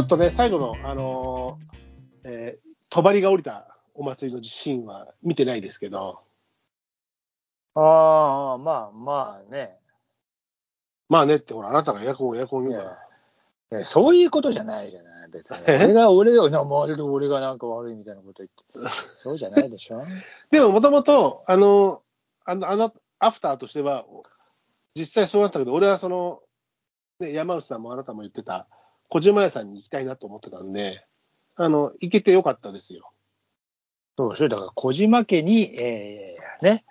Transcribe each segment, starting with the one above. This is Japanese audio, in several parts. っとね、最後の、あのーえー、帳が降りたお祭りのシーンは見てないですけど、ああ、まあまあね。まあねって、ほら、あなたがエアコン、エアコン言うから。いやそういうことじゃないじゃない、別に。え俺が、俺が、なまるで俺がなんか悪いみたいなこと言って。そうじゃないでしょ。でも、もともと、あの、あの、あの、アフターとしては、実際そうなったけど、俺はその、ね、山内さんもあなたも言ってた、小島屋さんに行きたいなと思ってたんで、あの、行けてよかったですよ。そうでしょ。だから、小島家に、えー、ね、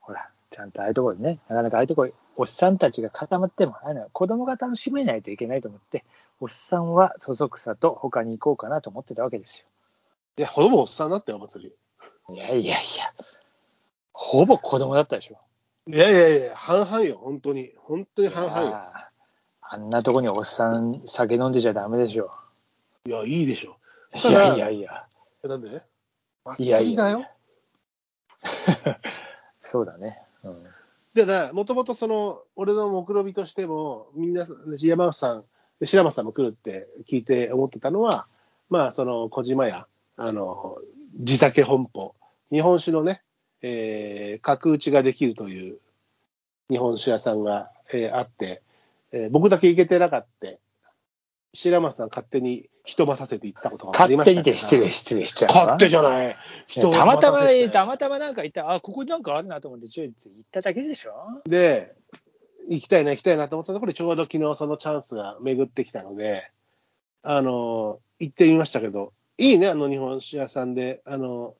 ほら、ちゃんとああいうところにね、なかなかああいうところ、おっさんたちが固まっても、あの子供が楽しめないといけないと思って、おっさんはそそくさと他に行こうかなと思ってたわけですよ。いや、ほぼおっさんだったよ、お祭いやいやいや、ほぼ子供だったでしょ。り。いやいやいや、半々よ、本当に。本当に半々よ。あーあんなとこにおっさん酒飲んでちゃダメでしょ。いや、いいでしょ。いやいやいや、えなんで祭いやいやりだよ。そうだね。うん、で、だから、もともとその、俺の目論見としても、みんな、山内さん、白松さんも来るって聞いて思ってたのは、まあ、その、小島屋、あの、地酒本舗、日本酒のね、えー角打ちができるという日本酒屋さんが、えーあって、えー僕だけ行けてなかった。白松さん勝手に人まさせて行ったことがあり勝ました手にで失礼、失礼しちゃうわ勝手じゃない。人をたまたま待せて、たまたまなんか行った、あ、ここなんかあるなと思って、ちょいつ行っただけでしょで、行きたいな、行きたいなと思ってたところで、ちょうど昨日そのチャンスが巡ってきたので、あの、行ってみましたけど、いいね、あの日本酒屋さんで、あの、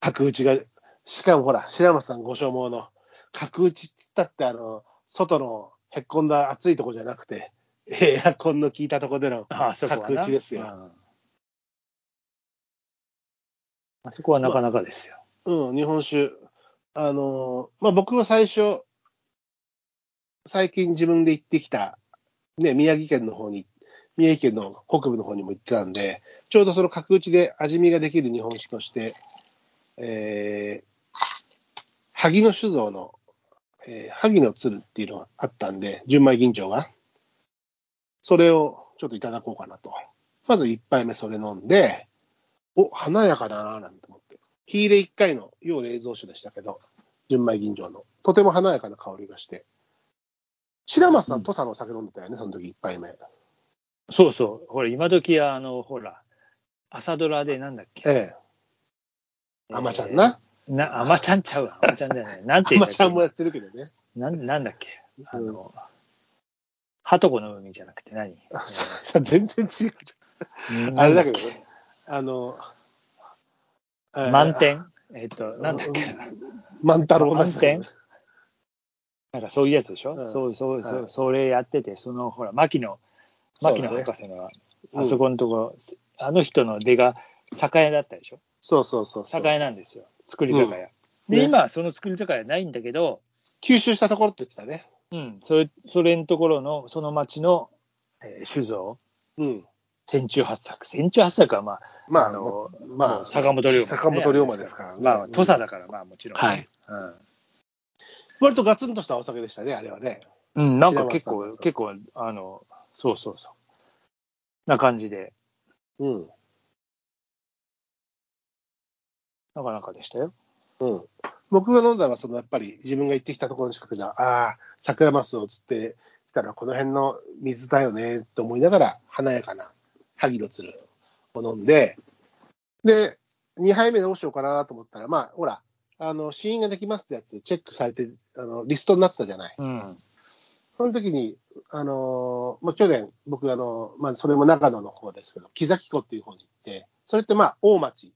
角打ちが、しかもほら、白松さんご所望の、角打ちっつったって、あの、外のへっこんだ暑いとこじゃなくて、エアコンの効いたとこでの、 あ、そこはな。角打ちですようんあそこはなかなかですよ。うん、日本酒。あのーまあ、僕は最初、最近自分で行ってきた、ね、宮城県の方に、宮城県の北部の方にも行ってたんで、ちょうどその角打ちで味見ができる日本酒として、えー萩野酒造の、えー萩の鶴っていうのがあったんで、純米吟醸が。それをちょっといただこうかなと。まず1杯目それ飲んで、お、華やかだなぁなんて思って。火入れ1回の要冷蔵酒でしたけど、純米吟醸の。とても華やかな香りがして。白松さん、うん土佐のお酒飲んでたよね、その時1杯目。そうそう。ほら、今時は、あの、ほら、朝ドラでなんだっけ。ええ、あまちゃんな。えー。な、あまちゃんちゃうわ。あまちゃんじゃない。なんてあ言うまんだっちけゃんもやってるけどね。なんなんだっけ。あの、はとこの海じゃなくて何、全然違う。うんあれだけどね。あの、ええ満。点えっと、なんだっけな。満太郎満点なんかそういうやつでしょ、うんそうそうそう、はいそれやってて、そのほら、牧野、そう牧だね野博士の、うんあそこのところ、あの人の出が酒屋だったでしょそうそうそうそう酒。屋なんですよ、作り酒屋。うんで、ね今、その作り酒屋ないんだけど、吸収したところって言ってたね。うん、それ、それのところの、その町の、えー酒造、うん。千中八作。千中八作はまあ、まあ、ああのの、ままあ、あ、坂本龍馬、坂本龍馬ですからねまあ、土佐だから、まあもちろん。はい。うん割とガツンとしたお酒でしたね、あれはね。うん、なんか結白松さん構、が結構、あの、そうそうそう。な感じで、うん。なかなかでしたよ。うん。僕が飲んだのは、そのやっぱり自分が行ってきたところの近くで、ああ、桜マスを釣ってきたら、この辺の水だよねと思いながら、華やかな萩の鶴を飲んで、で、2杯目どうしようかなと思ったら、まあ、ほら、あの、試飲ができますってやつ、チェックされて、あの、リストになってたじゃない。うん。その時に、あのーまあ、去年、僕、あのまあ、それも長野の方ですけど、木崎湖っていう方に行って、それってまあ、大町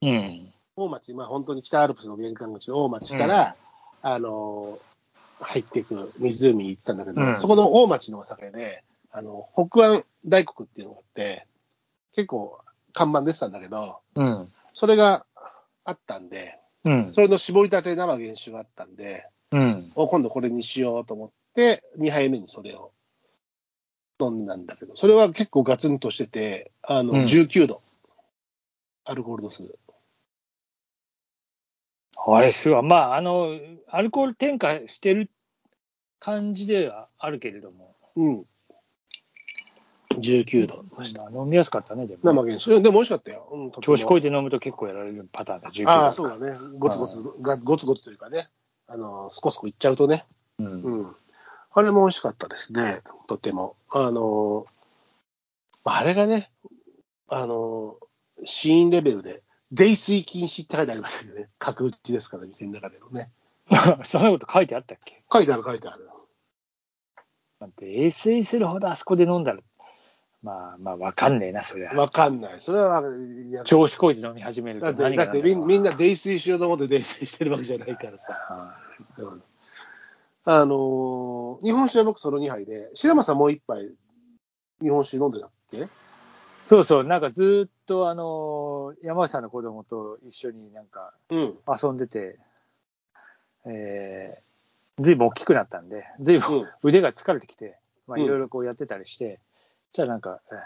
うん。大町、まあ、本当に北アルプスの玄関口の大町から、あのー入っていく湖に行ってたんだけど、うんそこの大町のお酒で、あの北安大黒っていうのがあって、結構看板出てたんだけど、うん。それがあったんで、うんそ。れの絞りたて生原酒があったんで、うん。お今度これにしようと思って、2杯目にそれを飲んだんだけど、それは結構ガツンとしてて、あのうん19度、アルコール度数。あれすごい。まあ、あの、アルコール添加してる感じではあるけれども、うん。 19度。まあ飲みやすかったね、でも。生原酒。でも美味しかったよ。うん、調子こいてて飲むと結構やられるパターンだ、19度。ああ、そうだね。ゴツゴツ、がゴツゴツというかね。あの、スコスコいっちゃうとね。うん。うん。あれも美味しかったですね。とても。あの、あれがね、あの、死因レベルで、泥酔禁止って書いてありましたけどね。角打ちですから、店の中でのね。 そんなこと書いてあったっけ書いてある書いてある。なんて、衛水するほどあそこで飲んだら、まあまあ、わかんねえな、そりゃ。わかんない。それは、いや調子こいて飲み始めるだとって、何だがってみんみんなな泥酔しようと思って泥酔してるわけじゃないからさ。のか。うんあのー日本酒は僕その2杯で、白間さんもう1杯、日本酒飲んでたっけそうそう、なんかずーっと、あのー山内さんの子供と一緒になんかうん。遊んでて、えー、ずいぶん大きくなったんで、ずいぶん腕が疲れてきて、まあ、うんいろいろこうやってたりして、じゃあなんか、えー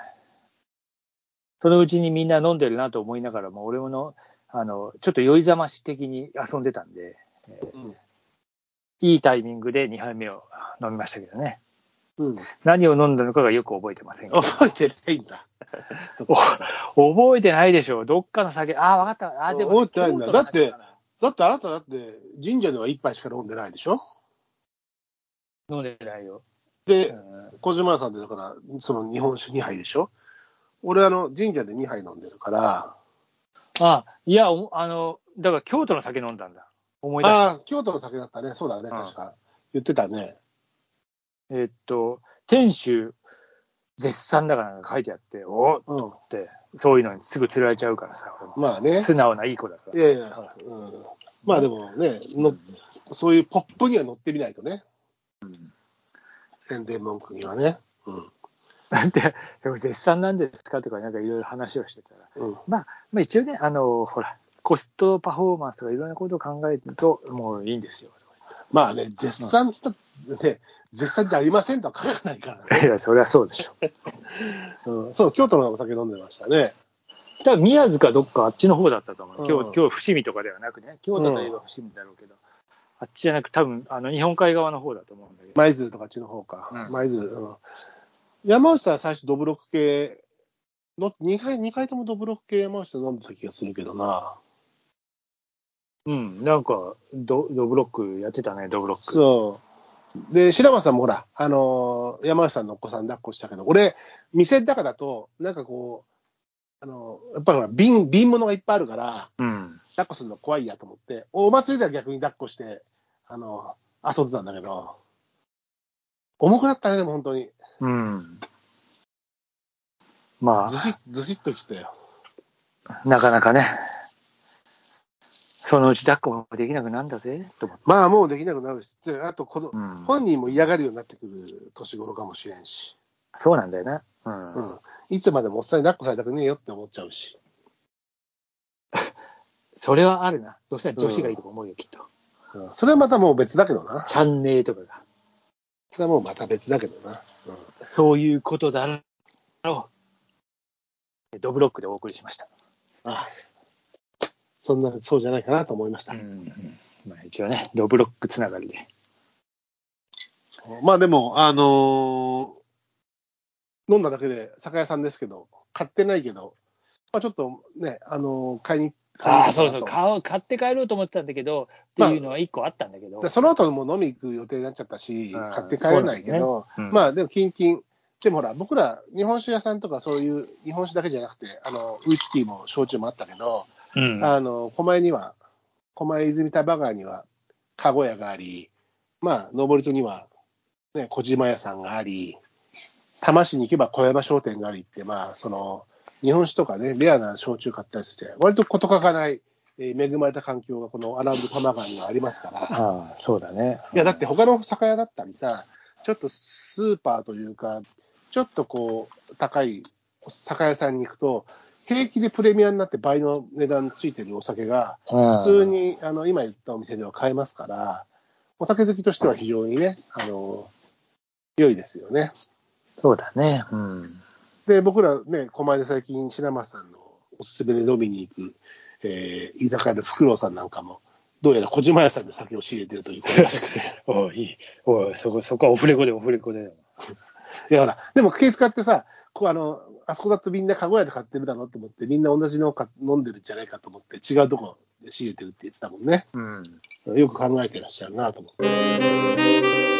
そのうちにみんな飲んでるなと思いながらも、俺もの、あの、ちょっと酔いざまし的に遊んでたんで、うん。いいタイミングで2杯目を飲みましたけどね。うん。何を飲んだのかがよく覚えてませんが。覚えてないんだ。 そっか覚えてないでしょ。どっかの酒。ああ、わかった。ああ、で覚も、えてないんだ京都の酒だだってあなただって神社では1杯しか飲んでないでしょ飲んでないよ。うで、ん小島さんでだから、その日本酒2杯でしょ俺あの、神社で2杯飲んでるから、あ、いや、おあの、だから京都の酒飲んだんだ。思い出した。ああ、京都の酒だったね。そうだね、うん確か。言ってたね。えっと、天守絶賛だからなんか書いてあって、おっうん。て、そういうのにすぐ釣られちゃうからさ、俺もまあね。素直ないい子だからい。やいや、うん。まあでもね、のそういうポップには乗ってみないとね。宣伝文句にはね。うん。だって、でも絶賛なんですかとか、なんかいろいろ話をしてたら、うん。まあ、一応ね、あの、ほら、コストパフォーマンスとかいろんなことを考えると、もういい んですよ。まあね、絶賛っつったってね、絶賛じゃありませんとは書かないからね。いや、それはそうでしょ。うん。そう、京都のお酒飲んでましたね。多分宮津かどっかあっちの方だったと思う。今うん日、今日伏見とかではなくね、京都といえば伏見だろうけど、あっちじゃなく、多分あの日本海側の方だと思うんだけど、舞鶴とかあっちの方か。うん舞鶴。うん。山内さんは最初ドブロック系の、2回、二回ともドブロック系山内さん飲んでた気がするけどな。うん、なんかド、ドブロックやってたね、ドブロック。そう。で、白間さんもほら、あのー山内さんのお子さん抱っこしたけど、俺、店の中だと、なんかこう、あのーやっぱほら、瓶、瓶物がいっぱいあるから、うん。抱っこするの怖いやと思って、お祭りでは逆に抱っこして、あのー遊んでたんだけど、重くなったね、でも本当に。うん。まずしっ、ずしっときてたよ。あ、なかなかね、そのうち抱っこもできなくなんだぜ、と思って。まあ、もうできなくなるし、であとこの、うん、本人も嫌がるようになってくる年頃かもしれんし、そうなんだよな。うんうん。いつまでもおっさんに抱っこされたくねえよって思っちゃうし。それはあるな。どうせ女子がいいとか思うよ、きっと。うんそれはまたもう別だけどな。チャンネルとかが。それはもうまた別だけどな。うん、そういうことだろう。ドブロックでお送りしました。あそんな、そうじゃないかなと思いました。まあ、一応ね、ドブロックつながりで。まあでも、あのー飲んだだけで、酒屋さんですけど、買ってないけど、まあちょっとね、あのー買いに、買いにああ、行そうかそなうと買う、買って帰ろうと思ってたんだけど、まあっていうのは一個あったんだけど、でその後もう飲み行く予定になっちゃったし、うん買って帰れないけど、そうだねうんまあでも、キンキン。でもほら、僕ら、日本酒屋さんとかそういう、日本酒だけじゃなくて、あの、ウイスキーも焼酎もあったけど、うんあの、狛江には、狛江泉田バ川には、籠屋があり、まあ、登戸には、ね、小島屋さんがあり、多摩市に行けば小山商店がありって、まあ、その、日本酒とかね、レアな焼酎買ったりして、割と事欠かない、えー恵まれた環境がこのアラウンド多摩川にはありますから。ああ、そうだね。いや、だって他の酒屋だったりさ、ちょっとスーパーというか、ちょっとこう、高い酒屋さんに行くと、平気でプレミアになって倍の値段ついてるお酒が、うん、普通にあの今言ったお店では買えますから、お酒好きとしては非常にね、あの良いですよね。そうだね。うん。 で、僕らね、狛江で最近、白松さんのおすすめで飲みに行く、えー居酒屋のフクロウさんなんかも、どうやら小島屋さんで酒を仕入れてるということらしくて。おい、いいおい、そこ、そこはオフレコで、オフレコで。いや、ほら、でも気使ってさ、こうあの、あそこだとみんな籠屋で買ってるだろうと思って、みんな同じのを買飲んでるんじゃないかと思って、違うとこで仕入れてるって言ってたもんね。うん。よく考えてらっしゃるなと思って。